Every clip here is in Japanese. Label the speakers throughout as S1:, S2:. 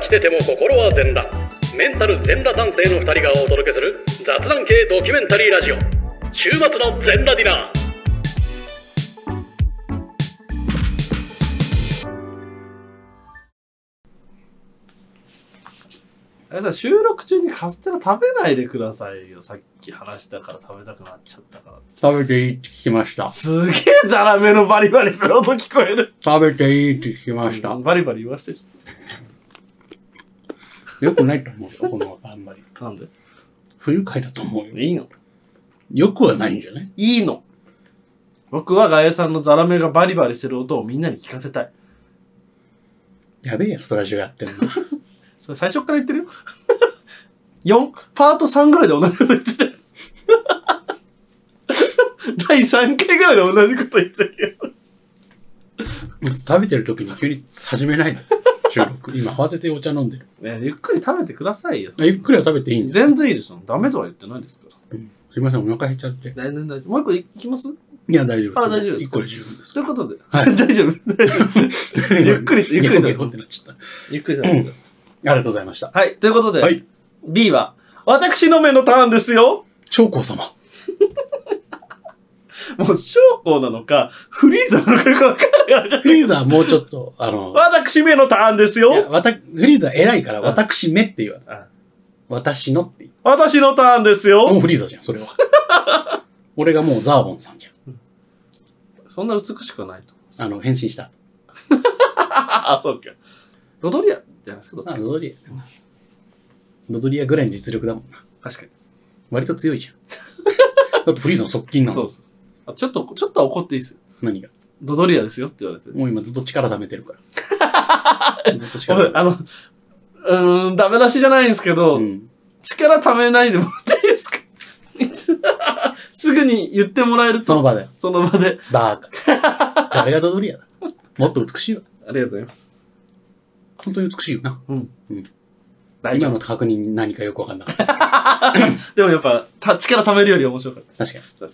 S1: 来てても心は全裸メンタル全裸男性の2人がお届けする雑談系ドキュメンタリーラジオ週末の全裸ディナー
S2: あれさ収録中にカステラ食べないでくださいよさっき話したから食べたくなっちゃったから
S3: 食べていいって聞きました。
S2: すげえザラメのバリバリする音聞こえる
S3: 食べていいって聞きました。
S2: バリバリ言わして
S3: よくないと思うよ、このあんまり。
S2: なんで
S3: 不愉快だと思うよ。
S2: いいの
S3: よくはないんじゃない
S2: いいの僕はガエさんのザラメがバリバリする音をみんなに聞かせたい
S3: やべえやつとラジオやってんな。
S2: それ最初から言ってるよ 4パート3ぐらいで同じこと言ってたよ 第3回ぐらいで同じこと言ってたよ
S3: 食べてる時に急に始めないの。収録。今慌ててお茶飲んでる。
S2: ねゆっくり食べてくださいよ
S3: ゆっくりは食べていいんです。
S2: 全然いいですよダメとは言ってないですから
S3: すいません、お腹減っちゃって。
S2: 大丈夫大丈夫もう一個いきます
S3: いや、大丈夫
S2: あ大丈夫です
S3: 一個で十分です。
S2: ということで、
S3: は
S2: 大丈 夫大丈夫ゆっくりしてゆっくりして
S3: ゲコゲコってなっちゃった。あ
S2: ゆっくり食べてくださ
S3: りがとうございました。
S2: い。はい、ということで、
S3: はい。
S2: B は、私の目のターンですよ
S3: 長江様。
S2: もう、将校なのか、フリーザなのかよくわかんないから
S3: フリーザーもうちょっと、あの、
S2: 私目のターンです
S3: いや
S2: よ
S3: わたフリーザー偉いから、
S2: うん
S3: 私めって言わ
S2: うん
S3: ない。私のって言う
S2: 私のターンです
S3: もう
S2: よ
S3: フリーザじゃん、それは。俺がもうザーボンさんじゃ
S2: そんな美しくはないと。
S3: ん。あの、変身した。
S2: ああ、そうか。ロドリアじゃないですか、どっち
S3: あ、
S2: か
S3: ロドリア。ロドリアぐらいの実力だもんな。
S2: 確か
S3: 割と強いじ ゃん。だってフリーザの側近
S2: に。
S3: な
S2: そ
S3: の
S2: う。そうあちょっと、ちょっとは怒っていいですよ。
S3: 何が。
S2: ロドリアですよって言われて。
S3: もう今ずっと力貯めて るから。ずっと力貯めてる。
S2: あの、うーん、ダメ出しじゃないんですけど、
S3: うん。
S2: 力貯めないでもらっていいですかすぐに言ってもらえると
S3: その場だよ。
S2: その場で。
S3: バーカ。誰がロドリアだ。もっと美しいわ。
S2: ありがとうございます。
S3: 本当に美しいよな。
S2: 大
S3: 今
S2: 丈夫。
S3: の確認何かよくわかんなか った。
S2: でもやっぱ、た力貯めるより面白かったです。
S3: 確かに。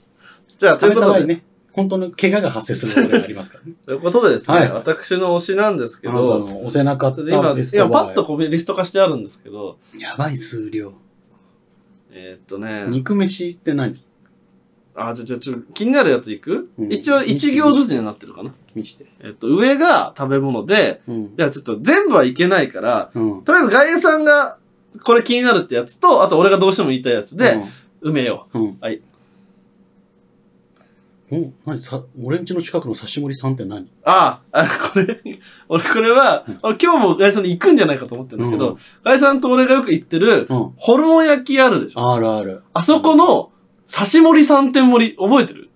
S2: じゃあ、ということ
S3: 食べた場合
S2: で、
S3: ね。本当の怪我が発生することがありますからね。
S2: ということでですね、
S3: はい
S2: 私の推しなんですけ
S3: あなた
S2: ど、
S3: のお背中
S2: ちょっと今、
S3: ベ
S2: い
S3: スト
S2: や、パ
S3: バー
S2: ッとこうリスト化してあるんですけど、
S3: やばい数量。
S2: えーっとね、
S3: 肉飯って何
S2: あ、じゃ、じゃ、ちょ、気になるやついく、
S3: うん
S2: 一応、1行ずつになってるかな。
S3: 見して。
S2: えっと、上が食べ物で、
S3: うん。
S2: じゃあちょっと全部はいけないから、
S3: うん。
S2: とりあえず外遊さんがこれ気になるってやつと、あと俺がどうしても言いたいやつで、埋めよ
S3: うん、うん。
S2: はい。
S3: お、何さ、俺んちの近くの刺し盛りさんって何
S2: う。ああ、あこれ、 俺これは、俺今日も外遊さんに行くんじゃないかと思ってるんだけど、ガイさんと俺がよく行ってる、
S3: うん。
S2: ホルモン焼きあるでしょ。
S3: あるある。
S2: あそこの、刺し盛り三点盛り、覚えてる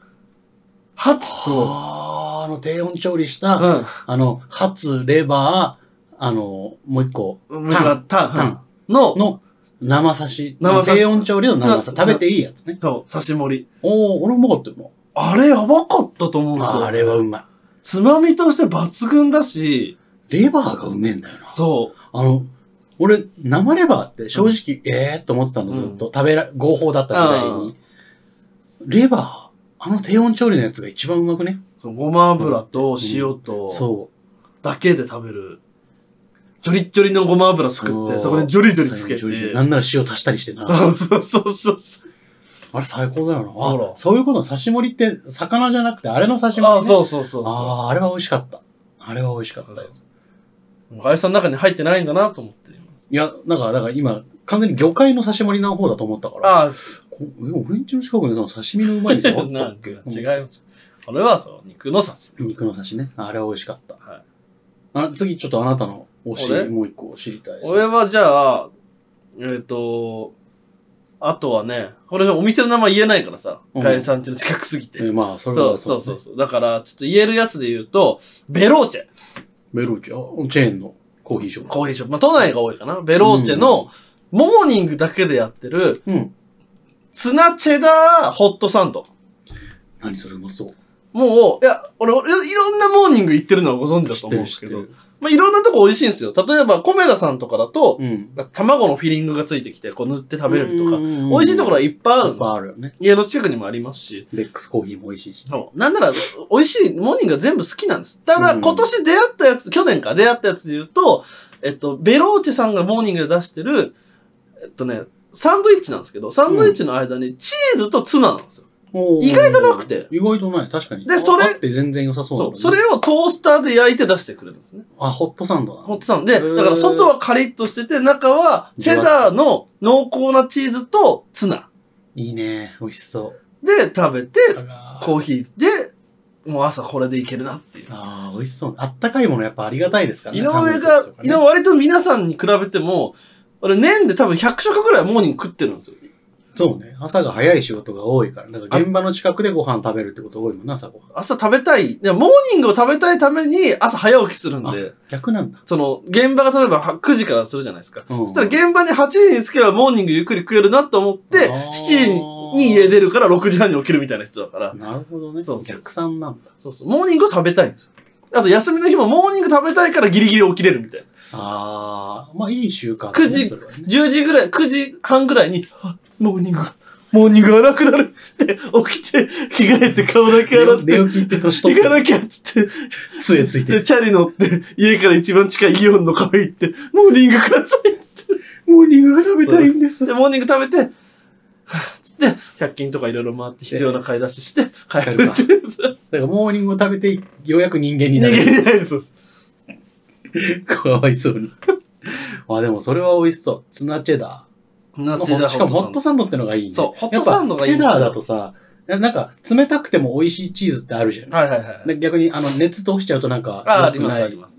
S2: ハツと、
S3: あーあの、低温調理し
S2: う
S3: た、
S2: ん
S3: あの、ハツ、レバー、あの、もう一個、
S2: うん、
S3: タン、
S2: タン、
S3: タン
S2: の、
S3: の生刺し。
S2: 生刺し
S3: 低温調理の生刺し。
S2: な
S3: 食べていいやつね。
S2: そう、刺し盛り。
S3: おお俺もうまかったよ
S2: あれやばかったと思うんですよ。
S3: な。あれはうま
S2: つまみとして抜群だし、
S3: い。レバーがうめえんだよな。
S2: そう。
S3: あの、俺、生レバーって正直、ええー、と思ってたの、ずっと。食べら、合法だった時代に。レバー、あの低温調理のやつが一番うまくね。
S2: そのごま油と塩と、
S3: そ
S2: だけで食べる。ジョリッジョリのごま油作っ
S3: そ
S2: て、
S3: う
S2: そこでジョリジョリつけ
S3: う。
S2: て。
S3: なんなら塩足したりしてな。
S2: そうそうそうそう。
S3: あれ最高だ
S2: ほ
S3: よな。
S2: ら
S3: あ、そういうことの刺し盛りって、魚じゃなくて、あれの刺し盛り、ね。
S2: あ、そうそうそうそ
S3: あーあれは美味しかった。あれは美味しかったよ。
S2: う。ガイさんの中に入ってないんだなと思って。
S3: いや、なんか、だから今、完全に魚介の刺し盛りの方だと思ったから。
S2: ああ、
S3: こえ俺んちの近くでさ刺身のうまい店あったっけ
S2: なんか違います。これはそう、肉の刺身。
S3: 肉の刺しね。あれは美味しかった。
S2: はい
S3: あ次、ちょっとあなたの推
S2: 俺
S3: し、もう一個知りたいです。
S2: 俺はじゃあ、えっ、と、あとはね、これお店の名前言えないからさ、
S3: うん
S2: ガイさんちの近くすぎて。
S3: えまあ、それ
S2: そう
S3: は
S2: そう
S3: です
S2: そ
S3: ね
S2: うそう。だから、ちょっと言えるやつで言うと、ベローチェ。
S3: ベローチェ、あチェーンのコーヒーショップ。
S2: コーヒーショップ。まあ、都内が多いかな。ベローチェの、モーニングだけでやってる、
S3: うん。
S2: ツナチェダーホットサンド。
S3: 何それうまそう。
S2: もう、いや、俺、俺いろんなモーニング行ってるのはご存知だ
S3: 知
S2: と
S3: っ
S2: 思うん
S3: てる
S2: です
S3: 知
S2: け
S3: っ
S2: ど
S3: て、る。
S2: まあ、いろんなとこ美味しいんですよ。例えば、米田さんとかだと、
S3: うん。
S2: 卵のフィリングがついてきて、こう塗って食べれるとか、
S3: うん
S2: 美味しいところはいっぱいあ
S3: い
S2: るん
S3: っ
S2: で
S3: ぱい
S2: す
S3: あるよね。
S2: 家の近くにもありますし。
S3: レックスコーヒーも美味しいし。
S2: そうなんなら、美味しいモーニングが全部好きなんです。ただ、
S3: うん
S2: 今年出会ったやつ、去年か出会ったやつで言うと、えっと、ベローチェさんがモーニングで出してる、えっとね、サンドイッチなんですけど、サンドイッチの間にチーズとツナなんですよ。意外となくて
S3: 意外とない、確かに。
S2: でそれ
S3: あって全然良さそうだ
S2: そ
S3: もん
S2: う。
S3: ね
S2: それをトースターで焼いて出してくれるんですね。
S3: あ、ホットサンドな
S2: ホ
S3: の
S2: ットサンドで、
S3: へー
S2: だから外はカリッとしてて、中はチェダーの濃厚なチーズとツナ
S3: いいね。美味しそう。
S2: で食べて、
S3: あ
S2: コーヒーで、もう朝これでいけるなっていう。
S3: あー、美味しそう。あったかいものやっぱありがたいですから
S2: 井
S3: ね。
S2: 上が、
S3: 寒い
S2: 井
S3: 時とかね
S2: 上割と皆さんに比べても、俺年で多分100食ぐらいモーニング食ってるんですよ。
S3: そうね。朝が早い仕事が多いから。なんか現場の近くでご飯食べるってこと多いもんな、朝ごはん。
S2: 朝食べたい。でもモーニングを食べたいために朝早起きするんで、
S3: 逆なんだ。
S2: その現場が例えばは9時からするじゃないですか。
S3: そ
S2: そしたら現場に8時に着けばモーニングゆっくり食えるなと思って、
S3: あー
S2: 7時に家出るから6時半に起きるみたいな人だから、
S3: なるほどね。
S2: そうそう
S3: 逆算なんだ。
S2: そうそう、モーニングを食べたいんですよ。あと休みの日もモーニング食べたいからギリギリ起きれるみたいな。
S3: ああ、まあいい習慣、ね。
S2: 9時
S3: それはね
S2: 10時ぐらい、9時半ぐらいに、あモーニングが、モーニングがなくなるっつって、起きて、着替えて顔だけ洗っ
S3: 寝
S2: て、
S3: 起きって年取っ
S2: 行
S3: て
S2: かなきゃっつって、
S3: 杖ついて
S2: で、。チャリ乗って、家から一番近いイオンのカフェ行って、モーニングくださいっつっ
S3: モーニングが食べたいんで
S2: て。
S3: す
S2: で、。モーニング食べて、はぁっつって、100均とかいろいろ回って必要な買い出しして、帰るっていう。そう
S3: だからモーニングを食べて、ようやく人間に
S2: 逃
S3: な
S2: げ
S3: る。
S2: れないです。そう
S3: かわいそうに。あ、でもそれは美味しそう。ツナチェダー。
S2: 夏だ
S3: しかもホットサンドってのがいいね。
S2: そうホットサンドがいいん
S3: やっ
S2: です
S3: ぱ
S2: よ
S3: チェダーだとさ、ななんか冷たくても美味しいチーズってあるじゃない
S2: はいはいはい。
S3: で逆にあの熱通しちゃうとなんか
S2: あ、あ
S3: 良
S2: り
S3: く
S2: ます
S3: な
S2: あり
S3: い。
S2: ます。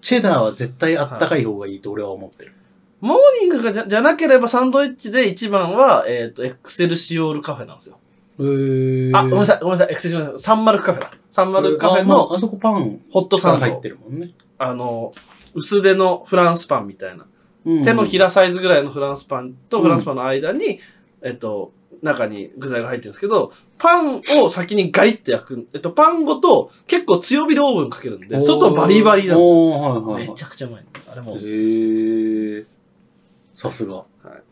S3: チェダーは絶対あったかい方がいいと俺は思ってる。
S2: モーニングがじゃじゃなければサンドイッチで一番は、えっ、と、エクセルシオールカフェなんですよ。
S3: へー
S2: あ、ごめんなさい、ごめんなさい、エクセルシオール、サンマルクカフェだ。サンマルクカフェ
S3: あま
S2: の
S3: ああそこパン
S2: ホットサンド。
S3: 入ってるもんね。
S2: あの、薄手のフランスパンみたいな。手のひらサイズぐらいのフランスパンとフランスパンの間に、えっと、中に具材が入ってるんですけど、パンを先にガリッと焼く。えっと、パンごと結構強火でオーブンかけるんで、外バリバリなの。
S3: おーおーはいはい
S2: め
S3: はい。
S2: ちゃくちゃうまい。あれもおすすめです
S3: へえ。さすが。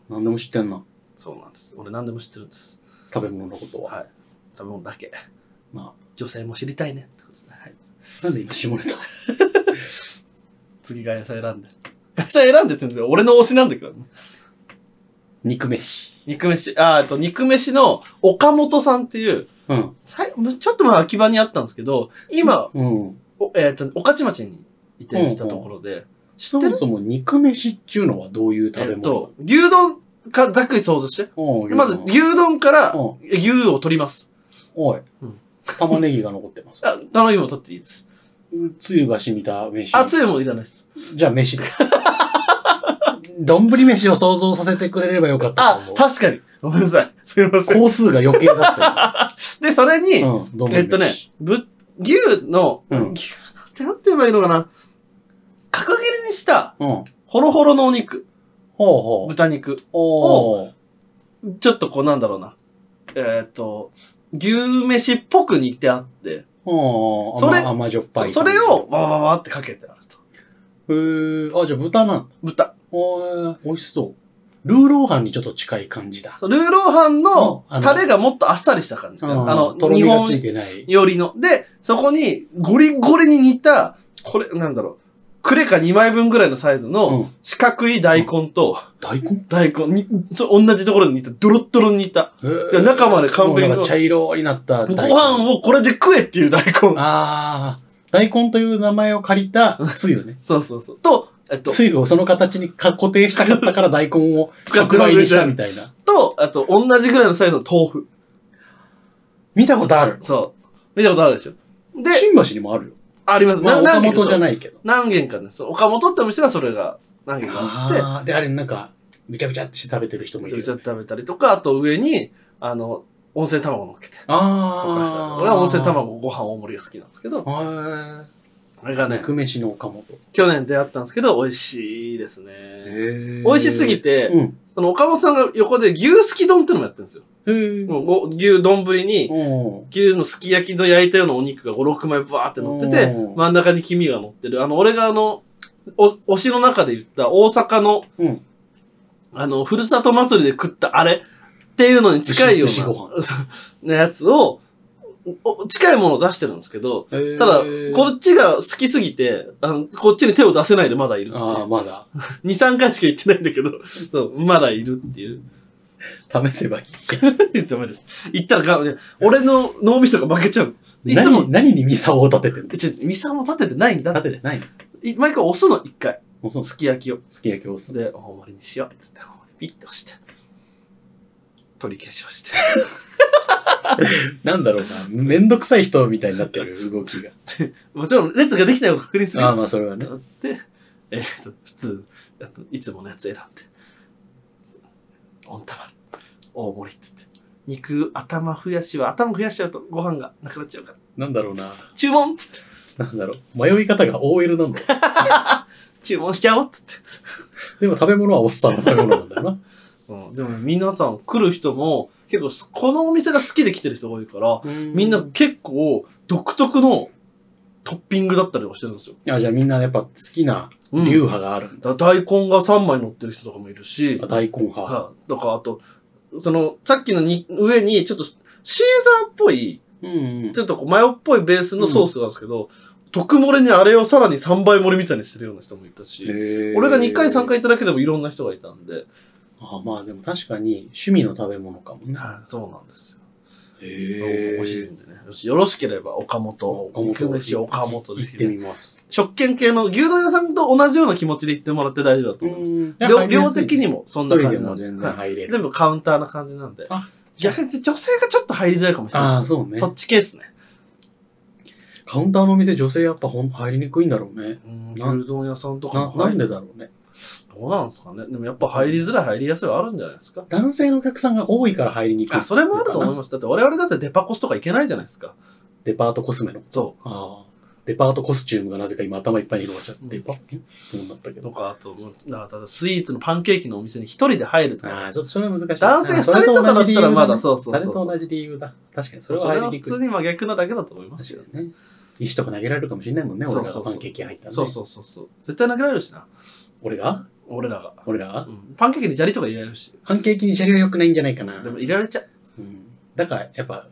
S3: 何でも知ってんな。
S2: そうなんです。俺何でも知ってるんです。
S3: 食べ物のことは。
S2: はい。食べ物だけ。
S3: ま
S2: 女性も知りたいね。ってことですね。はい。
S3: あ、なんで今下ネタ
S2: 次が野菜選んで。 野菜選んでって言うんですよ。俺の推しなんだけどね。
S3: 肉飯。
S2: 肉飯、あー、えっと、肉飯の岡本さんっていう、
S3: うん。
S2: さいむちょっと前秋葉にあったんですけど、今、
S3: うん。
S2: おえっ、と、御徒町に移転したところで、知
S3: そ
S2: って
S3: も
S2: る
S3: そも肉飯っていうのはどういう
S2: えっ
S3: 食べ、物
S2: と、牛丼か、ざっくり想像して。
S3: うん
S2: まず、牛丼から
S3: う、
S2: 牛を取ります。
S3: おい
S2: うん。
S3: 玉ねぎが残ってます。
S2: あ、頼みも取っていいです。
S3: うんつゆが染みた飯。
S2: あ、つゆもいらないです。
S3: じゃあ 飯です。丼飯を想像させてくれればよかったと
S2: あ
S3: 思う、。
S2: 確かに。ごめんなさい。すいません。
S3: 工数が余計だっ
S2: で、それ に、
S3: たよ。うん、丼飯。
S2: えっとね、ぶ、牛の、
S3: うん
S2: 牛なんてなんて言えばいいのかな。角切りにした、
S3: うん。ほう
S2: ほろほろのお肉、
S3: ほう。
S2: 豚肉。
S3: おー
S2: ちょっとこうなんだろうな。えーっ、と、牛飯っぽく煮てあって、
S3: おー
S2: それ
S3: 甘甘じょっぱ
S2: そ
S3: い。
S2: それ。をわわわわってかけてあると。
S3: へーあ、じゃあ豚なんだ。
S2: 豚。
S3: おー美味しそう。ルーローハンにちょっと近い感じだ。
S2: ルーローハンの
S3: うんあの
S2: タレがもっとあっさりした感じ。あの、
S3: とろみ
S2: 日
S3: が
S2: 本
S3: ついてない。
S2: よりの。で、そこにゴリゴリに煮た、これ、なんだろう。クレカ2枚分ぐらいのサイズ
S3: う
S2: の
S3: ん
S2: 四角い大根と、
S3: 大根
S2: 大根に、そう同じところに煮た、ドロッドロに煮た。
S3: で
S2: 中まで完璧な
S3: 茶色になった
S2: ご
S3: 大根。
S2: 飯
S3: を。
S2: をこれで食えっていう大根。
S3: ああ、大根という名前を借りたつゆね。
S2: そうそうそう。と、えっと、
S3: つゆをその形にか固定したかったから大根 を
S2: 使って
S3: 特
S2: る
S3: 売にしたみたいな。
S2: と、あと、同じぐらいのサイズの豆腐。
S3: 見たことある。
S2: そう。見たことあるでしょ。で、
S3: 新橋にもあるよ。
S2: あります。
S3: まあ、岡
S2: 軒か
S3: 本じゃないけど。
S2: 何軒かね。そう、岡本ってお店がそれが何軒かあって、
S3: ああ、で、あれなんか、ぐちゃぐちゃってして食べてる人もい
S2: ちょ
S3: る
S2: びち
S3: よ
S2: ょ
S3: ね。
S2: び食べたりとか、あと上に、あの、温泉卵乗っけて。とかして
S3: ああ。
S2: 俺は温泉。卵ご飯大盛りが好きなんですけど、
S3: は
S2: あれが
S3: い。
S2: ね、
S3: 肉飯の岡本。
S2: 去年出会ったんですけど、美味しいですね。美
S3: 美
S2: 味しすぎて、
S3: うん。
S2: その岡本さんが横で牛すき丼ってのもやってるんですよ。
S3: へえ。
S2: もうご牛丼ぶりに、牛のすき焼きの焼いたようなお肉が5、6枚バーって乗ってて
S3: おー、
S2: 真ん中に黄身が乗ってる。あの、俺があの、お、推しの中で言った大阪の、
S3: うん
S2: あの、ふるさと祭りで食ったあれっていうのに近いよ
S3: 牛牛ご
S2: うな、な やつを、お近いものを出してるんですけど、
S3: えー
S2: ただ、こっちが好きすぎて、あの、こっちに手を出せないでまだいる。
S3: ああ、まだ。
S2: 2、3回しか行ってないんだけど、そう、まだいるっていう。
S3: 試せばいい。
S2: ダメです。行ったらか、俺の脳みそが負けちゃう。いつも
S3: 何、何にミサオを立ててんの
S2: ちょ、ミサも立ててないんだっ
S3: 立
S2: て。
S3: ててないの
S2: い毎回押すの、一回。
S3: もうそう
S2: すき焼きを。
S3: すき焼きを押す。
S2: で、大盛りにしよう。つって、大盛りピッと押して。取り消しをして。
S3: なんだろうな、めんどくさい人みたいになってる動きが。
S2: もちろん、列ができないを確認する
S3: ああ、
S2: よ。
S3: まあそれはね。
S2: で、えーっと、普通、あといつものやつ選んで。温玉、大盛りっつって。肉、頭増やしは、頭増やしちゃうとご飯がなくなっちゃうから。
S3: なんだろうな、
S2: 注文っつって。
S3: なんだろう。迷い方が OL なんだよ。
S2: 注文しちゃおうっつって。
S3: でも食べ物はおっさんの食べ物なんだよな。
S2: うん、でも皆さん来る人も結構すこのお店が好きで来てる人が多いから、みんな結構独特のトッピングだったりとかしてるんですよ。
S3: あじゃあみんなやっぱ好きな
S2: う
S3: 流
S2: ん、
S3: 派があるんだ。
S2: だ大根が3枚乗ってる人とかもいるし、
S3: 大根派。
S2: はいだからあと、その、さっきのに上にちょっとシーザーっぽい、
S3: うんうん
S2: ちょっとこうマヨっぽいベースのソースなんですけど、特盛れにあれをさらに3倍盛りみたいにしてるような人もいたし、俺が2回3。
S3: へー
S2: 回いただけでもいろんな人がいたんで、
S3: あまあでも確かに趣味の食べ物かもね。
S2: はいそうなんですよ
S3: へ
S2: 美味しい
S3: え。
S2: んでね。よしよろしければ、岡本。
S3: 岡本
S2: 肉飯岡本で
S3: 行っ
S2: す
S3: て
S2: ね
S3: みます。
S2: 食券系の牛丼屋さんと同じような気持ちで行ってもらって大丈夫だと思います。量
S3: ん
S2: 量的にもそん
S3: 一
S2: な
S3: 人
S2: 感
S3: で
S2: じな
S3: も
S2: んで
S3: 全然
S2: はい
S3: 入れる。
S2: 全部カウンターな感じなんで
S3: あ。
S2: 逆に女性がちょっと入りづらいかもしれ
S3: あ
S2: な
S3: あ、そうね
S2: い。そ。っち系ですね。
S3: カウンターのお店、女性やっぱほん入りにくいんだろうね。
S2: うん
S3: なん
S2: 牛丼屋さんとか
S3: な
S2: も
S3: な
S2: 入
S3: ん
S2: る
S3: でだろうね。
S2: どうなんですかね。でもやっぱ入りづらい、入りやすいはあるんじゃないですか。
S3: 男性のお客さんが多いから入りにくい。
S2: あ、それもあると思います。だって我々だってデパコスとか行けないじゃないですか。
S3: デパートコスメの。
S2: そ
S3: ああ。デパートコスチュームがなぜか今頭いっぱいに広がっちゃって、
S2: うん
S3: デパって思ったけ
S2: う。と
S3: ど。
S2: か、あと、もうだからスイーツのパンケーキのお店に一人で入ると
S3: あ
S2: か
S3: あ、。ちょっとそれは難しい。
S2: 男性
S3: ああそれ
S2: 二人とかだったら
S3: 同じ理由ね
S2: まだそうそうそう
S3: それと同じ理由だ。確かに、そ
S2: そ
S3: れ
S2: れ
S3: は
S2: は普
S3: 入りにく
S2: 通に
S3: い。
S2: 真逆なだけだと思いますよ
S3: 確。かにね。石とか投げられるかもしれないもんね、
S2: そ
S3: 俺
S2: う
S3: ら
S2: そうそ
S3: が
S2: う
S3: パンケーキ入ったらね。
S2: そうそうそうそう。絶対投げられるしな。
S3: 俺が
S2: 俺らが。
S3: 俺
S2: う
S3: ら
S2: ん、パンケーキに砂利とか入れられるし。
S3: パンケーキに車両良くないんじゃないかな。
S2: でも入れられちゃう。
S3: うんだから、やっぱ、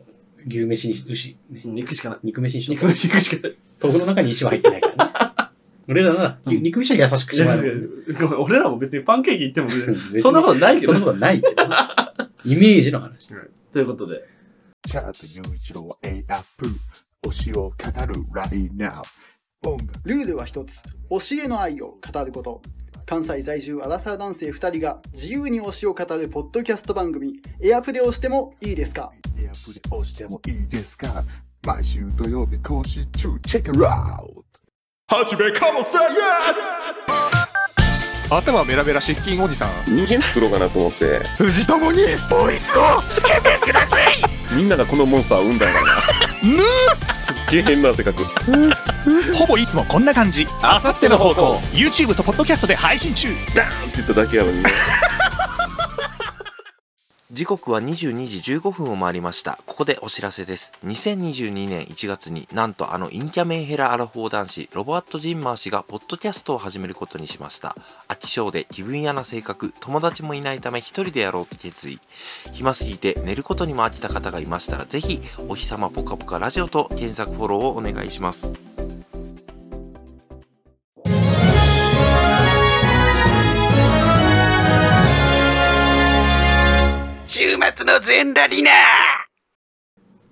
S3: 牛飯に牛、ね
S2: うん、行くしかない。
S3: 肉飯にしよう
S2: 肉飯行くしかない。
S3: 豆腐の中に石は入ってないからね。 俺らな、
S2: うん
S3: 肉飯は優しくしてもらえる。
S2: ごめん俺らも別にパンケーキ行っても別に
S3: 別に
S2: そんなことないけ
S3: そ
S2: ど
S3: んな。ことはないけど。イメージの話。
S2: ということで、
S4: チャートニューイチローは A アップ推しを語るラインナッ音楽
S5: ルールは一つ推しへの愛を語ること関西在住アラサー男性2人が自由に推しを語るポッドキャスト番組「エアプレをしてもいいですか?
S4: エアプレ押してもいいですか毎週土曜日更新中チェックアウトはじめかもせや
S6: 頭ベラベラ失禁おじさん
S7: 人間作ろうかなと思って
S4: 藤友にボイスをつけてください
S7: みんながこのモンスターを産んだんだなすっげえ変な性格
S6: ほぼいつもこんな感じあさっての方向 YouTube とポッドキャストで配信中
S7: ダーンって言っただけやのにね
S8: 時刻は22時15分を回りました。ここでお知らせです。2022年1月になんとあのインキャメンヘラアラフォー男子、ロバート・ジンマー氏がポッドキャストを始めることにしました。飽き性で気分屋な性格、友達もいないため一人でやろうと決意。暇すぎて寝ることにも飽きた方がいましたら、ぜひ、お日様ぽかぽかラジオと検索フォローをお願いします。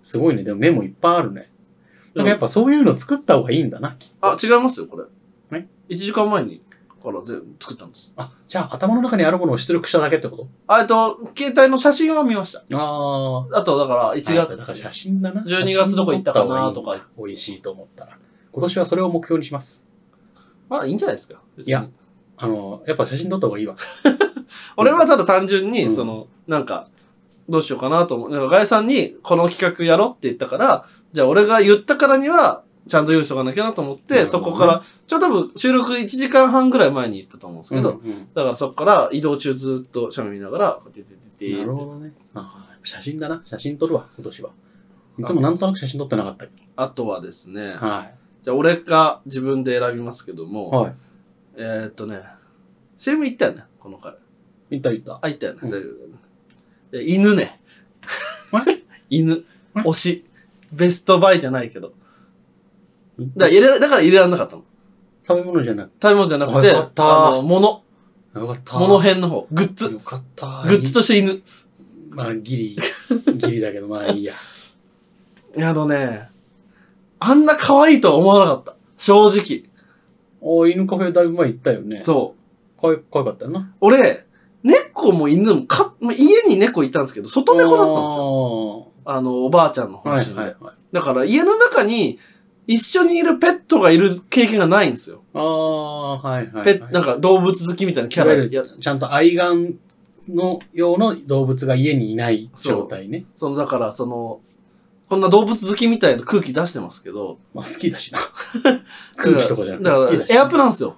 S3: すごいね。でもメモいっぱいあるね。なんかやっぱそういうの作った方がいいんだな。
S2: あ、違いますよ、これ。
S3: え
S2: ?1 時間前に、から全部作ったんです。
S3: あ、じゃあ頭の中にあるものを出力しただけってこ
S2: あえっと、携帯の写真は見ました。
S3: とああ。
S2: あと、だから、1
S3: やっぱだ
S2: 月、
S3: から写真だな。
S2: 12月どこ行ったかなとか
S3: 写真撮った方がいいんだ。美味しいと思ったら。今年はそれを目標にします。
S2: まあいいんじゃないですか。別に
S3: いやあの、やっぱ写真撮った方がいいわ。
S2: 俺はただ単純に、
S3: うん
S2: その、なんか、どうしようかなと思う。なんか、ガイさんにこの企画やろって言ったから、じゃあ俺が言ったからには、ちゃんと用意しとかなきゃなと思っ
S3: な
S2: て、
S3: るほ
S2: そ
S3: どね
S2: こから、ちょ、多分収録1時間半ぐらい前に言ったと思うんですけど、
S3: うんうん
S2: だからそこから移動中ずっと写メ見ながら、こうやって出て
S3: な
S2: っ
S3: る
S2: て
S3: ほどね。ああ写真だな。写真撮るわ、今年は。いつもなんとなく写真撮ってなかったけ
S2: あとはですね
S3: ど。、は
S2: じゃあ俺か自分で選びますけど
S3: い。
S2: も、
S3: はい。
S2: えーっとね、CM 行ったよね、この回。
S3: いったいった。
S2: あ、行ったよね。
S3: うん
S2: 大丈夫。え犬ね。 犬。
S3: え
S2: 推し。ベストバイじゃないけど。だから入れだから入れられなかったの。
S3: 食べ物じゃなく
S2: 食べ物じゃなくて、
S3: よかった
S2: あの、物、
S3: て。よかった。
S2: 物編の方、グッズ。
S3: よかった。
S2: グッズとして犬。
S3: まあ、ギリ、ギリだけど、まあいいや。
S2: あのね、あんな可愛いとは思わなかった。正直。
S3: お犬カフェだいぶ前行ったよね。
S2: そう。
S3: かわいかわいかったよな。
S2: 俺、猫も犬もか、まあ、家に猫いたんですけど、外猫だったんですよ。
S3: よ。
S2: あの、おばあちゃんの方
S3: は
S2: 針
S3: い
S2: で、
S3: はいはい。
S2: だから家の中に一緒にいるペットがいる経験がないんですよ。
S3: ああ、はいはい。
S2: ペッなんか動物好きみたいなキャラ
S3: いわゆ
S2: い
S3: る
S2: や
S3: ちゃんと愛玩の用の動物が家にいない状態ね。
S2: その、だから、その、こんな動物好きみたいな空気出してますけど、
S3: まあ好きだ しな。空気とかじゃなくて
S2: だ
S3: 好
S2: か
S3: き
S2: ら
S3: だし。
S2: エアプなんですよ。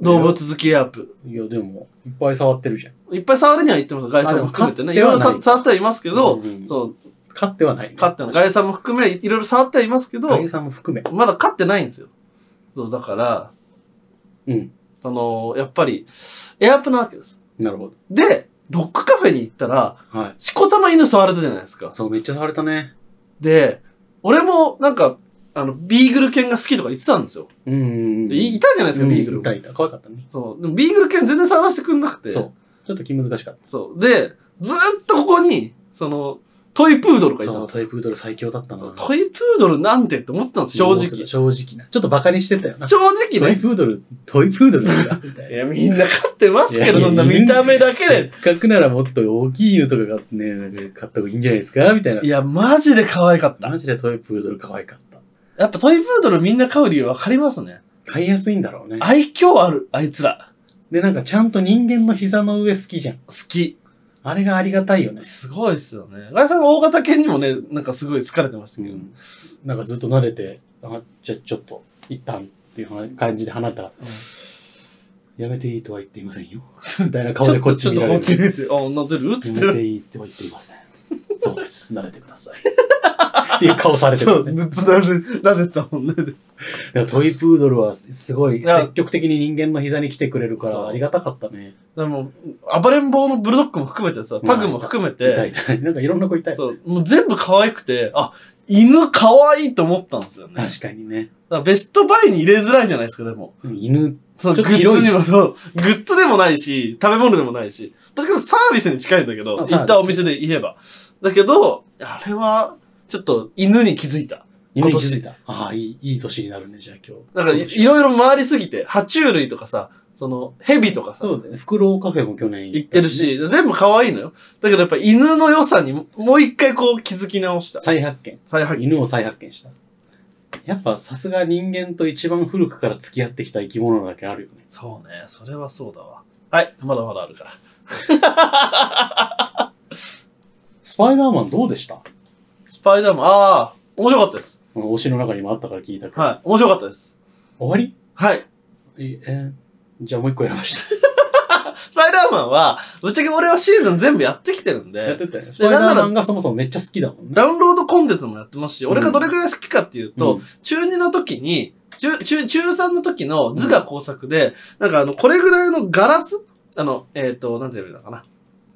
S2: 動物好きエアプ。
S3: いや、でも、いっぱい触ってるじゃん。
S2: いっぱい触るには行ってます。外産も含めてね。
S3: あ
S2: い
S3: でも
S2: ろいろ
S3: 飼って
S2: さ
S3: はない
S2: 触ってはいますけど、
S3: うん
S2: そう、
S3: 飼ってはない。
S2: 飼っての外産も含め、いろいろ触ってはいますけど、
S3: さんも含め。
S2: まだ飼ってないんですよ。そう、だから、
S3: うん。
S2: その、やっぱり、エアプなわけです。
S3: なるほど。
S2: で、ドッグカフェに行ったら、
S3: はい。
S2: しこたま犬触れたじゃないですか。
S3: そう、めっちゃ触れたね。
S2: で、俺も、なんか、あの、ビーグル犬が好きとか言ってたんですよ。
S3: うんうんうん。
S2: いいたじゃないですか、ビーグル
S3: い
S2: も
S3: た。いた。可愛かったね。
S2: そう。でもビーグル犬全然触らせてくんなくて。
S3: そう。ちょっと気難しかった。
S2: そう。で、ずーっとここに、その、トイプードルがいた
S3: そ
S2: ん
S3: う、
S2: です
S3: トイプードル最強だった
S2: よ。
S3: な。
S2: トイプードルなんてって思ったんです、正直。
S3: 正直な。ちょっとバカにしてたよな。
S2: 正直
S3: トイ
S2: ね。
S3: プードル、トイプードルだみたい
S2: い
S3: な。
S2: や、みんな飼ってますけど、
S3: いや
S2: そんない
S3: や
S2: 見た目だけ
S3: せっ
S2: で。。
S3: かくならもっと大きい犬とかがね、なんか買った方がいいんじゃないですかみたいない
S2: や、マジで可愛かった。
S3: マジでトイプードル可愛かった。
S2: やっぱトイプードルみんな飼う理由わかりますね。
S3: 飼いやすいんだろうね。
S2: 愛嬌ある、あいつら。
S3: で、なんかちゃんと人間の膝の上好きじゃん。
S2: 好き。
S3: あれがありがたいよね。
S2: すごいですよね。ガイさん大型犬にもね、なんかすごい好かれてましたけど。
S3: うんなんかずっと撫でて、あ、じゃあちょっと、一旦っていう話感じで離れたら、やめていいとは言っていませんよ。 みたいな顔でこっち見られ
S2: ちょっ
S3: る。
S2: とこっ ち見て、あ、なってるっつって
S3: やめていいとは言っていません。そうです。撫でてください。っていう顔され て
S2: そう、
S3: る、
S2: ず
S3: ね。
S2: っとなで、なでてたもんね。
S3: いやトイプードルはすごい
S2: や
S3: 積極的に人間の膝に来てくれるか
S2: そう
S3: らありがたかったね。
S2: でも、暴れん坊のブルドッグも含めてさ、パグも含め
S3: 痛い
S2: て、
S3: 痛い。なんか いろんな子痛い。
S2: そう、もう全部可愛くて、あ、犬可愛いと思ったんですよね。だか
S3: 確かにね。
S2: らベストバイに入れづらいじゃないですか、でも。
S3: 犬、
S2: そのグ
S3: ちょっと
S2: ッ
S3: 広
S2: ズ
S3: いし
S2: にも、そう、グッズでもないし、食べ物でもないし、確かにサービスに近いんだけど、
S3: あ
S2: 行
S3: サービス
S2: ったお店で言えば。だけど、あれは、ちょっと犬に気づいた。今
S3: 犬に
S2: 年
S3: 気づいた。ああ、いい、いい年になるね、じゃあ今日。
S2: なんかい、いろいろ回りすぎて、爬虫類とかさ、その、蛇とかさ、
S3: そうだよね。フクロウカフェも去年
S2: 行ってる
S3: ね、
S2: し、全部可愛いのよ。だけどやっぱ犬の良さにももう一回こう気づき直した。
S3: 再発見。
S2: 再発見。
S3: 犬を再発見した。やっぱさすが人間と一番古くから付き合ってきた生き物だけあるよね。
S2: そうね、それはそうだわ。はい、まだまだあるから。
S3: スパイダーマンどうでした
S2: スパイダーマン、あー、面白かったです。
S3: 推しの中にもあったから聞いたけど。
S2: はい、面白かったです。
S3: 終わ
S2: はい。
S3: りいえーじゃあもう一個やりました。
S2: スパイダーマンは、ぶっちゃけ俺はシーズン全部やってきてるん
S3: やっ
S2: で、
S3: てたよね。スパイダーマンがそもそもめっちゃ好きだもんね。
S2: ダウンロードコンテンツもやってますし、俺がどれくらい好きかっていうと、
S3: うん
S2: 中2の時に、中、中、中3の時の図画工作で、なんかあの、これぐらいのガラスあの、えっ、と、なんて言えばいいのかな。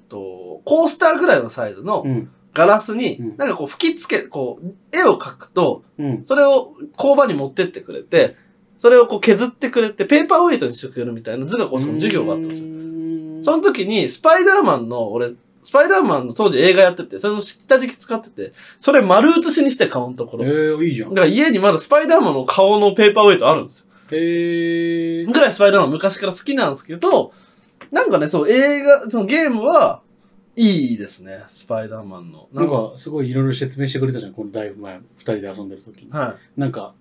S2: と、コースターぐらいのサイズの
S3: うん。
S2: ガラスに、
S3: うん
S2: なんかこう吹きつけ、こう、絵を描くと、
S3: うん。
S2: それを工場に持ってってくれて、それをこう削ってくれて、ペーパーウェイトにしてくれるみたいな図画工作の授業があったんですよ。
S3: よ
S2: その時に、スパイダーマンの、俺、スパイダーマンの当時映画やってて、それの下敷き使ってて、それ丸写しにして顔のところ。
S3: え
S2: だ
S3: ー、いいじゃん。
S2: から家にまだスパイダーマンの顔のペーパーウェイトあるんですよ。
S3: えー。
S2: ぐらいスパイダーマン昔から好きなんですけど、なんかね、そう、映画、そのゲームは、いいですね、スパイダーマンの。
S3: なん、かすごいいろいろ説明してくれたじゃん、このだいぶ前、二人で遊んでる時に。
S2: はい。
S3: なんか、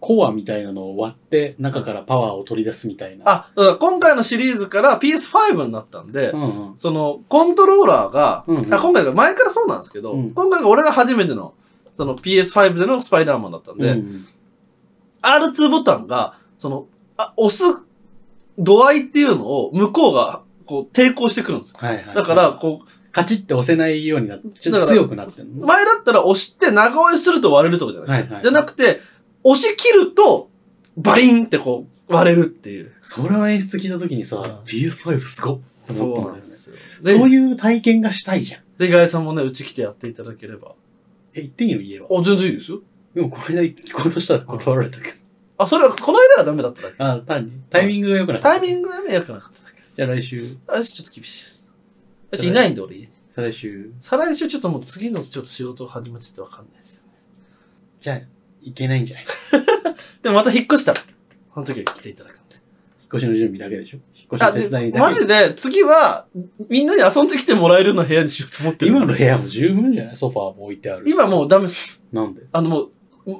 S3: コアみたいなのを割って、中からパワーを取り出すみたいな。あ、
S2: あ、だから今回のシリーズから PS5 になったんで
S3: う、んうん。
S2: その、コントローラーが、
S3: うんうん
S2: あ今回が前からそうなんですけど、
S3: うん
S2: 今回が俺が初めての、その PS5 でのスパイダーマンだったんで、
S3: うんうん、
S2: R2 ボタンが、その、あ押す度合いっていうのを向こうがこう抵抗してくるんですよ。
S3: はいはいはい。
S2: だから、こ
S3: カチッて押せないようになって、ちょっ
S2: だ
S3: と
S2: から
S3: 強くなってん
S2: う、
S3: の。
S2: 前だったら押して長押しすると割れるとかじゃないですか。
S3: はいはい
S2: じゃなくて、押し切ると、バリンってこう、割れるっていう。
S3: それは演出聞いた時にさ
S2: う、
S3: PS5 すごっと
S2: そう
S3: 思
S2: なん
S3: った
S2: で
S3: んだよね。
S2: すよ。
S3: そ
S2: ぜ
S3: ういう体験がしたいじゃん。
S2: ひ、ぜひガイさんもね、うち来てやっていただければ。
S3: え、言っていいの家は。
S2: あ、全然いいですよ。
S3: でもこの間行こうとしたら断られたけど。
S2: あ、それは、この間はダメだっただけ。
S3: あ、単に。タイミングが良くなかっ
S2: タ
S3: た。
S2: イミングがね、良くなかっただけ。
S3: じゃあ来週、
S2: 私ちょっと厳しいです。私いないんで俺家に。
S3: 再来週。
S2: 再来週ちょっともう次のちょっと仕事始まっちゃってわかんないですよ。
S3: じゃあ、行けないんじゃない
S2: でもまた引っ越したら、その時は来ていただくんで。
S3: 引っ越しの準備だけでしょ引っ越
S2: あ、
S3: しの手伝いに
S2: で、
S3: だけ。
S2: マジで次は、みんなに遊んできてもらえるような部屋にしようと思ってる。
S3: 今の部屋も十分じゃないソファーも置いてある。
S2: 今もうダメです。
S3: なんで
S2: あのもう、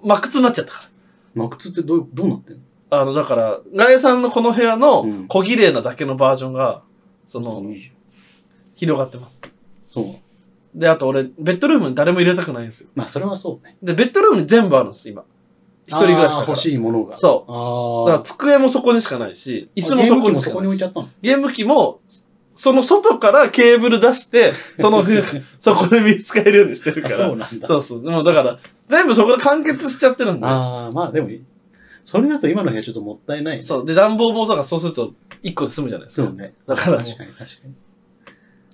S2: 真靴になっちゃったか
S3: マクツってどう、どうなってんの
S2: ら。あの、だから、ガエさんのこの部屋の
S3: うん
S2: 小綺麗なだけのバージョンが、その、
S3: いいじゃん
S2: 広がってます。
S3: そうなの。
S2: で、あと俺、ベッドルームに誰も入れたくないんですよ。
S3: まあ、それはそうね。
S2: で、ベッドルームに全部あるんです、今。一人暮らしだか
S3: あ
S2: ら。
S3: ー欲しいものが。。
S2: そうだから
S3: あ
S2: 机もそこにしかないし、
S3: ー
S2: 椅子もそこ
S3: ゲーム機
S2: に
S3: も
S2: し
S3: そ
S2: か
S3: こ
S2: な
S3: に
S2: い
S3: 置
S2: し
S3: いちゃったの。
S2: ゲーム機も、その外からケーブル出して、その、 そこで見つかえるようにしてるか
S3: あ
S2: ら。
S3: そうなんだ。
S2: そうそう。でもだから、全部そこで完結しちゃってるんだ。
S3: ああ、まあでも、それだと今の部屋ちょっともったいないね。
S2: そう。で、暖房もだからそうすると、1個で済むじゃないです
S3: そ
S2: か。
S3: うね。
S2: だから
S3: 確かに確かに。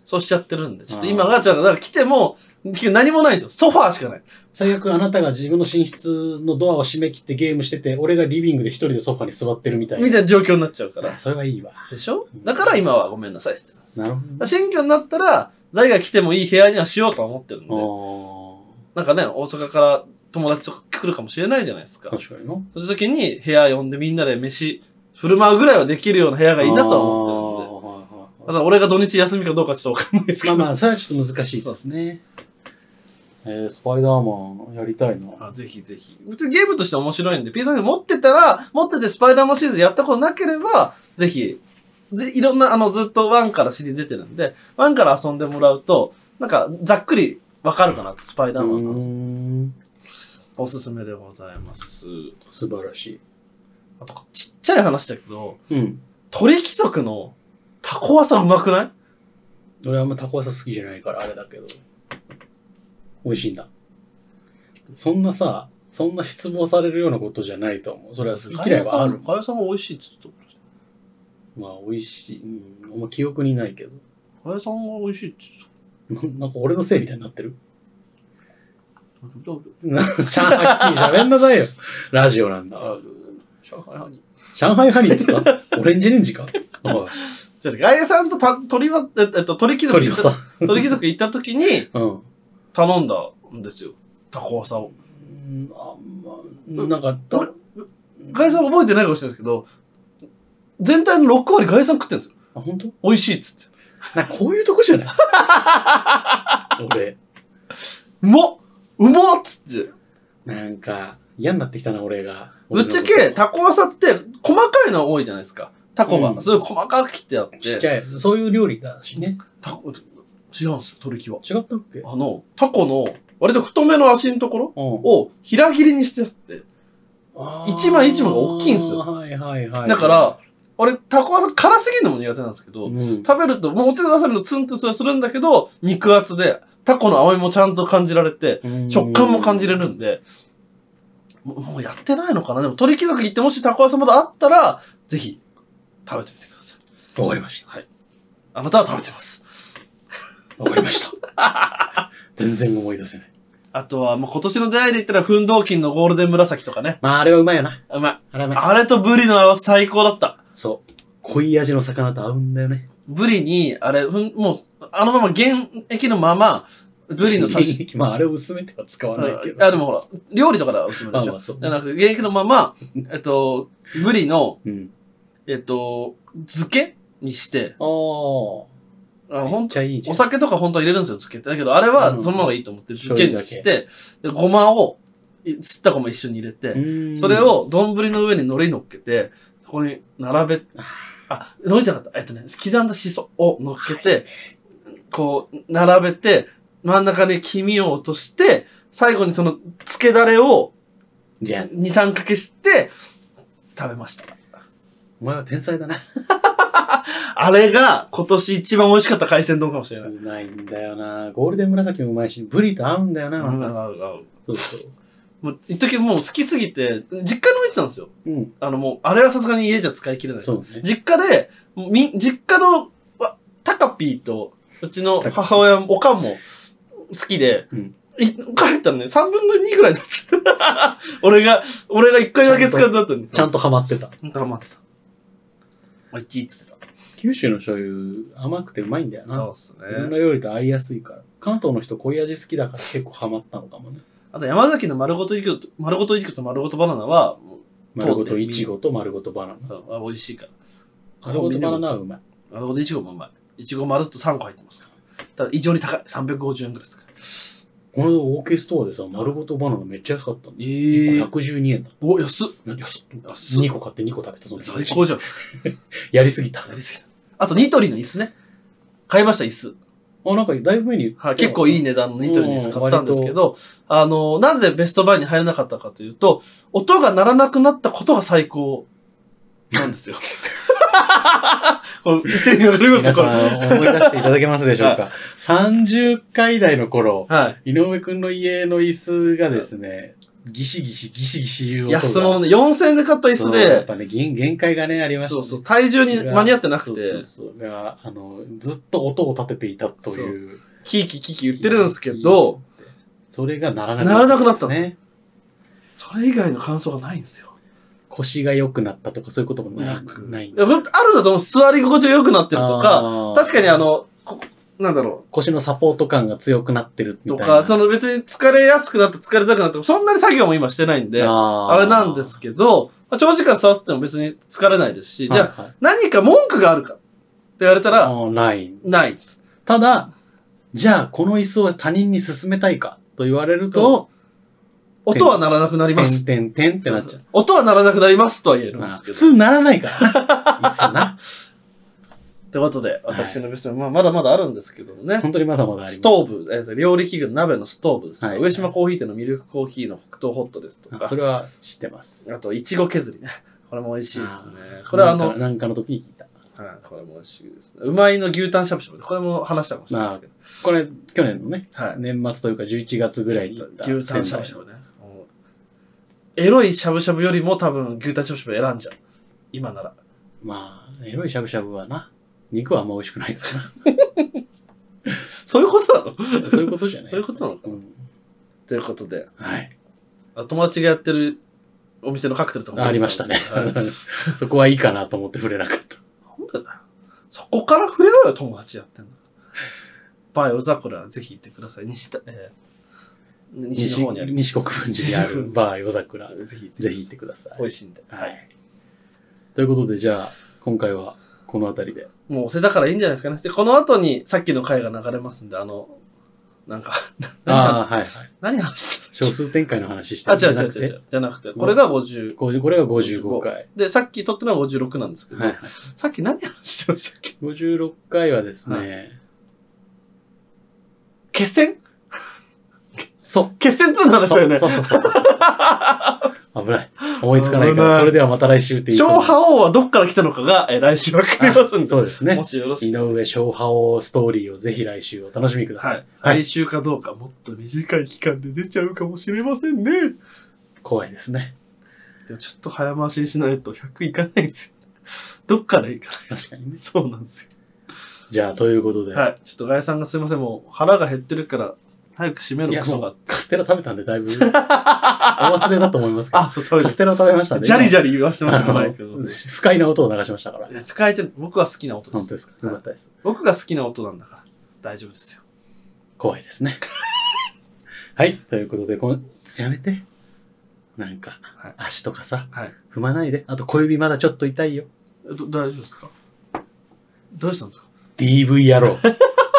S2: そうしちゃってるんで。ちょっと今が、じゃあだから来ても、結局何もないんですよ。ソファーしかない。
S3: 最悪あなたが自分の寝室のドアを閉め切ってゲームしてて、俺がリビングで一人でソファに座ってるみたいな。
S2: みたいな状況になっちゃうから。
S3: それはいいわ。
S2: でしょだから今はごめんなさいしてるんです。
S3: なるほどね
S2: だから新居になったら、誰が来てもいい部屋にはしようとは思ってるんで。
S3: あ
S2: なんかね、大阪から友達とか来るかもしれないじゃないですか
S3: あ、。確かにな。
S2: そういう時に部屋呼んでみんなで飯、振る舞うぐらいはできるような部屋がいいなとは思ってるんで。
S3: って
S2: ただ俺が土日休みかどうかちょっとわかんないですけ
S3: まあ
S2: ど。
S3: まあ、それはちょっと難しいですね。えー、スパイダーマンやりたいな。
S2: あぜひぜひ。別にゲームとして面白いんで、PS5 持ってたら、持っててスパイダーマンシリーズやったことなければ、ぜひ、で、いろんな、あの、ずっと1からシリーズ出てるんで、1から遊んでもらうと、なんか、ざっくりわかるかなと、スパイ
S3: う
S2: ダーマンが。
S3: ーん。
S2: おすすめでございます。
S3: 素晴らし
S2: あと、ちっちゃい話だけど、
S3: い。うん。
S2: 鳥貴族のタコワさうまくない
S3: 俺あんまタコワサ好きじゃないから、あれだけど。美味しいんだ。そんなさ、そんな失望されるようなことじゃないと思う。それは好き嫌いはある。
S2: カヤさんが美味しいって言って
S3: まあ、美味しい。うん。あんま記憶にないけど。
S2: た。カヤさんが美味しいって言って
S3: ななんか俺のせいみたいになってる。
S2: た。
S3: なシャンハイ喋んなさいよ。ラジオなんだ。上海ハニーっつったオレンジレンジか。おい
S2: じゃあ、ガイエさんとた鳥は、えっと、鳥貴族
S3: 鳥
S2: 行
S3: を
S2: った、
S3: さ。
S2: 鳥貴族行った時に
S3: うん。
S2: 頼んだんですよ。タコワさを。
S3: うんあんま、なんか、た
S2: 俺ガイエさん覚えてないかもしれないですけど、全体の6割ガイエさん食ってるんですよ。
S3: あ、本当？
S2: 美味しいっつって。
S3: なんかこういうとこじゃない 俺、
S2: うまっうまっつって。
S3: なんか、嫌になってきたな、俺が。
S2: ぶっちゃけ、タコワさって細かいのは多いじゃないですか。タコが。
S3: うん
S2: それ細かく切ってあっ。
S3: ちってちゃい、そういう料理だしね。
S2: タコ、違うんですよ、鳥貴は。
S3: 違ったっけ
S2: あの、タコの、割と太めの足のところ
S3: う
S2: を平切りにしてあって。
S3: ん
S2: 一枚一枚が大きいんすよ
S3: あーはいはいはい。
S2: だから、、俺、タコは辛すぎるのも苦手なんですけど、
S3: うん。
S2: 食べると、もうお手のわさびのツンとするんだけど、肉厚で、タコの甘みもちゃんと感じられて、食感も感じれるんで、もうもうやってないのかなでも、鳥貴族行ってもしタコはさまだあったら、ぜひ、食べてみてください。
S3: わかりました。
S2: あなたは食べてます。
S3: わかりました。 全然思い出せない。
S2: あとは、まあ、今年の出会いで言ったら、奮闘金のゴールデン紫とかね。
S3: まあ、あれはうまいよな。
S2: うまい。
S3: あれはうまい。
S2: あれとブリの合わせ最高だった。
S3: そう。濃い味の魚と合うんだよね。
S2: ブリに、あれ、ふんもう、あのまま原液のまま、ブリの刺 身。
S3: まあ、あれを薄めては使わないけど。
S2: あ、でもほら、料理とかでは薄めでし
S3: あま
S2: ょ
S3: あ。そう
S2: じゃなくて、現役のまま、えっと、ブリの、
S3: うん。
S2: えっと、漬けにして、
S3: ああ。
S2: あの
S3: め
S2: ほ
S3: っ
S2: ん
S3: ちゃいいじゃ
S2: お
S3: ん。
S2: 酒とか本当は入れるんですよ、漬けって。だけど、あれ
S3: う
S2: は
S3: ん
S2: そのままがいいと思って、漬
S3: 醤
S2: け
S3: 油
S2: に
S3: だけ
S2: して、でごまを、いすったごま一緒に入れて、それ
S3: を、
S2: を丼の上に海苔乗っけて、そこに並べ、あ、海苔じゃなかった。えっとね、刻んだシソを乗っけて、こう、並べて、真ん中に黄身を落として、最後にその漬けだれを
S3: じゃあ、
S2: 二三かけして、食べました。
S3: お前は天才だな。
S2: あれが今年一番美味しかった海鮮丼かもしれな
S3: う
S2: い。
S3: まいんだよな。ゴールデン紫もうまいし、ブリと合うんだよな。
S2: 合う合う合う
S3: そうそう。
S2: もう一時もう好きすぎて、実家に置いてたんですよ。
S3: うん。
S2: あのもう、あれはさすがに家じゃ使い切れない。
S3: そうね。
S2: 実家で、み、実家の、わタカピーと、うちの母親も、おかんも、好きで、
S3: うん
S2: い帰ったのね、3分の2ぐらいだった。 俺が、俺が1回だけ使ったったね。
S3: ちゃんとハマってた。
S2: と。頑張ってた。おいちいっつって
S3: 九州の醤油甘くてうまいんだよ
S2: た。
S3: な。
S2: そうっす
S3: いろ
S2: ね。
S3: んな料理と合いやすいから。関東の人濃い味好きだから結構ハマったのかもね。
S2: あと山崎の丸ごといちごと、丸ごといちごと丸ごとバナナは、もう
S3: 丸ごといちごと丸ごとバナナ。
S2: そうあ美味しいから。
S3: 丸ごとバナナはうまい。
S2: 丸ごといちごもうまい。いちごまるっと3個入ってますから。ただ異常に高い。350円ぐらいですから。
S3: この間オーケーストアでさ、丸ごとバナナめっちゃ安かったんだ。
S2: え
S3: 1個112円だ。
S2: お、安っ。
S3: 何安っ
S2: 安っ
S3: ?2 個買って2個食べたその日
S2: 最高じゃん。
S3: やりすぎた。
S2: やりすぎた。あと、ニトリの椅子ね。買いました、椅子。
S3: あ、なんかだいぶ目に。
S2: はい、結構いい値段のニトリの椅子買ったんですけど、あの、なぜベストバイに入らなかったかというと、音が鳴らなくなったことが最高なんです よ。これ言ってる意味わかります
S3: 皆
S2: よ、こ
S3: さ
S2: れ。
S3: ん思い出していただけますでしょうか ?30 回台の頃、
S2: はい。
S3: 井上くんの家の椅子がですね、ギシギシギシギシいう音が。
S2: 安物ね、4000円で買った椅子
S3: そうやっ
S2: で、
S3: ぱね、限限界がね、ありました
S2: そ
S3: ね。
S2: うそう、体重に間に合ってなく
S3: そう
S2: て、
S3: そうそうが、あの、ずっと音を立てていたという。
S2: キーキーキーキー言ってるんですけど、、
S3: それがならな
S2: ならなくなったんです
S3: ね。
S2: それ以外の感想がないんですよ。
S3: 腰が良くなったとか、そういうこともなく、ない
S2: いやあるんだと思う。座り心地が良くなってるとか、
S3: か
S2: 確かにあ、の、こなんだろう。
S3: 腰のサポート感が強くなってるみ
S2: と
S3: たいな。
S2: か、その別に疲れやすくなって疲れづらくなっても、そんなに作業も今してないんで、あ
S3: あー
S2: れなんですけど、まあ、長時間触ってても別に疲れないですし、じゃあ
S3: はいはい
S2: 何か文句があるかって言われた
S3: あ
S2: ら、
S3: ーない。
S2: ないです。
S3: ただ、じゃあこの椅子を他人に勧めたいかと言われると、
S2: 音は鳴らなくなり
S3: て
S2: ま
S3: ん
S2: す。
S3: てんてんってなっちゃう。
S2: 音は鳴らなくなりますとは言えるん
S3: ま
S2: で
S3: あ
S2: すけ
S3: 普
S2: ど。
S3: 通ならないからな。椅子な。
S2: ってことで、私のベスト、まあまだまだあるんですけども ね。
S3: 本当にまだまだあります。
S2: ストーブ、えー料理器具の鍋のストーブですとか、
S3: はい
S2: 上島コーヒー店のミルクコーヒーの黒糖ホットですと
S3: あ
S2: か
S3: そ、れは知ってます。
S2: あと、いちご削りね。これも美味しいですね
S3: あ。ー
S2: これはあの
S3: なん、かなんかの時に聞いた。
S2: はい、これも美味しいですね。うまいの牛タンしゃぶしゃぶ。これも話したかもしれないですけど。
S3: これ、去年のね、
S2: はい。
S3: 年末というか11月ぐらいに行った。
S2: 牛タンしゃぶしゃぶね。もうエロいしゃぶしゃぶよりも多分牛タンしゃぶしゃぶ選んじゃう。今なら。
S3: まあ、エロいしゃぶしゃぶはな、肉はあんま美味しくないか
S2: そういうことなのそ
S3: ら。そういうことじゃない。
S2: ういうことなの
S3: うん
S2: ということで、
S3: はい。
S2: あ友達がやってるお店のカクテルとかも
S3: ありましたね
S2: はい。
S3: そこはいいかなと思って触れなかった。
S2: そこから触れろよ、友達やってんの。バイオザコラ、ぜひ行ってください。西た、えー、 西の方にありま
S3: 西国分寺にあるバー夜桜。
S2: す。 ぜひ行ってくだ
S3: ぜ
S2: さい
S3: ひ行ってください。
S2: 美味しいんで。
S3: はい。ということで、じゃあ、今回はこの辺りで。
S2: もうお世だからいいんじゃないですかね。で、この後にさっきの回が流れますんで、あの、なんか、何話
S3: ああ、はいはい。
S2: 何話して
S3: 小数展開の話して
S2: たあ、
S3: るんじ
S2: 違
S3: ゃ
S2: う違う
S3: なくて
S2: 違う違う。じゃなくて、これが50。
S3: 50これが55回。
S2: で、さっき撮ったのが56なんですけど、
S3: はいはい。
S2: さっき何話してましたっけ
S3: 56回はですね、
S2: は決戦。
S3: そう
S2: 決戦2の話だよね
S3: そ。うそうそうそう。危ない。思いつかないから、それではまた来週って言いそう
S2: 小
S3: な
S2: 覇王はどっから来たのかが、えー来週わかりますん
S3: あ
S2: で。
S3: そうですね
S2: も。しよろし
S3: 井
S2: ければ
S3: 上昭派をストーリーをぜひ来週お楽しみくださ。
S2: はいい。来週かどうか、もっと短い期間で出ちゃうかもしれませんね。
S3: 怖いですね。
S2: でもちょっと早回しにしないと100いかないんですよ。どっからいかない
S3: 確かにね。
S2: そうなんですよ。
S3: じゃあ、ということで。
S2: はい。ちょっとガイさんがすいません、もう腹が減ってるから、早く締め
S3: い
S2: る
S3: や、
S2: クソ
S3: も
S2: が。
S3: うカステラ食べたんで、だいぶ、お忘れだと思います け
S2: あ、
S3: ど。
S2: そう、食べ
S3: カ
S2: て
S3: ステラ食べましたね。
S2: ジャリジ
S3: ャ
S2: ャリ言わせてましたね、マイクの。
S3: 不快な音を流しましたから
S2: い。や世界中、僕は好きな音で
S3: 本
S2: す。
S3: 当ですか。よかったです。
S2: 僕が好きな音なんだから、大丈夫ですよ。
S3: 怖いですね。 はい。ということで、このやめて。なんか
S2: はい、
S3: 足とかさ、
S2: はい
S3: 踏まないで。あと、小指まだちょっと痛いよ。
S2: ど大丈夫ですかどうしたんですか
S3: DV 野 郎。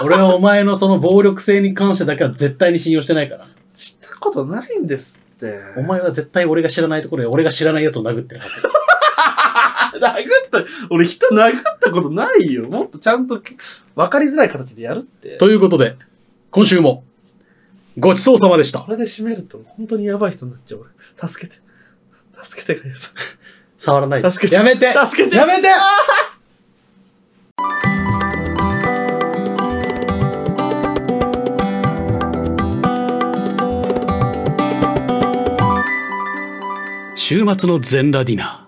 S3: 俺はお前のその暴力性に関してだけは絶対に信用してないから。
S2: 知ったことないんですって。
S3: お前は絶対俺が知らないところで俺が知らないやつを殴ってるはず。
S2: 殴った、俺人殴ったことないよ。もっとちゃんと分かりづらい形でやるって。
S3: ということで、今週も、ごちそうさまでした
S2: こ。れで締めると本当にやばい人になっちゃう俺。助けて。助けてください。
S3: 触らないで。
S2: 助けて
S3: やめて
S2: 助けて
S3: やめて週末の全ラディナー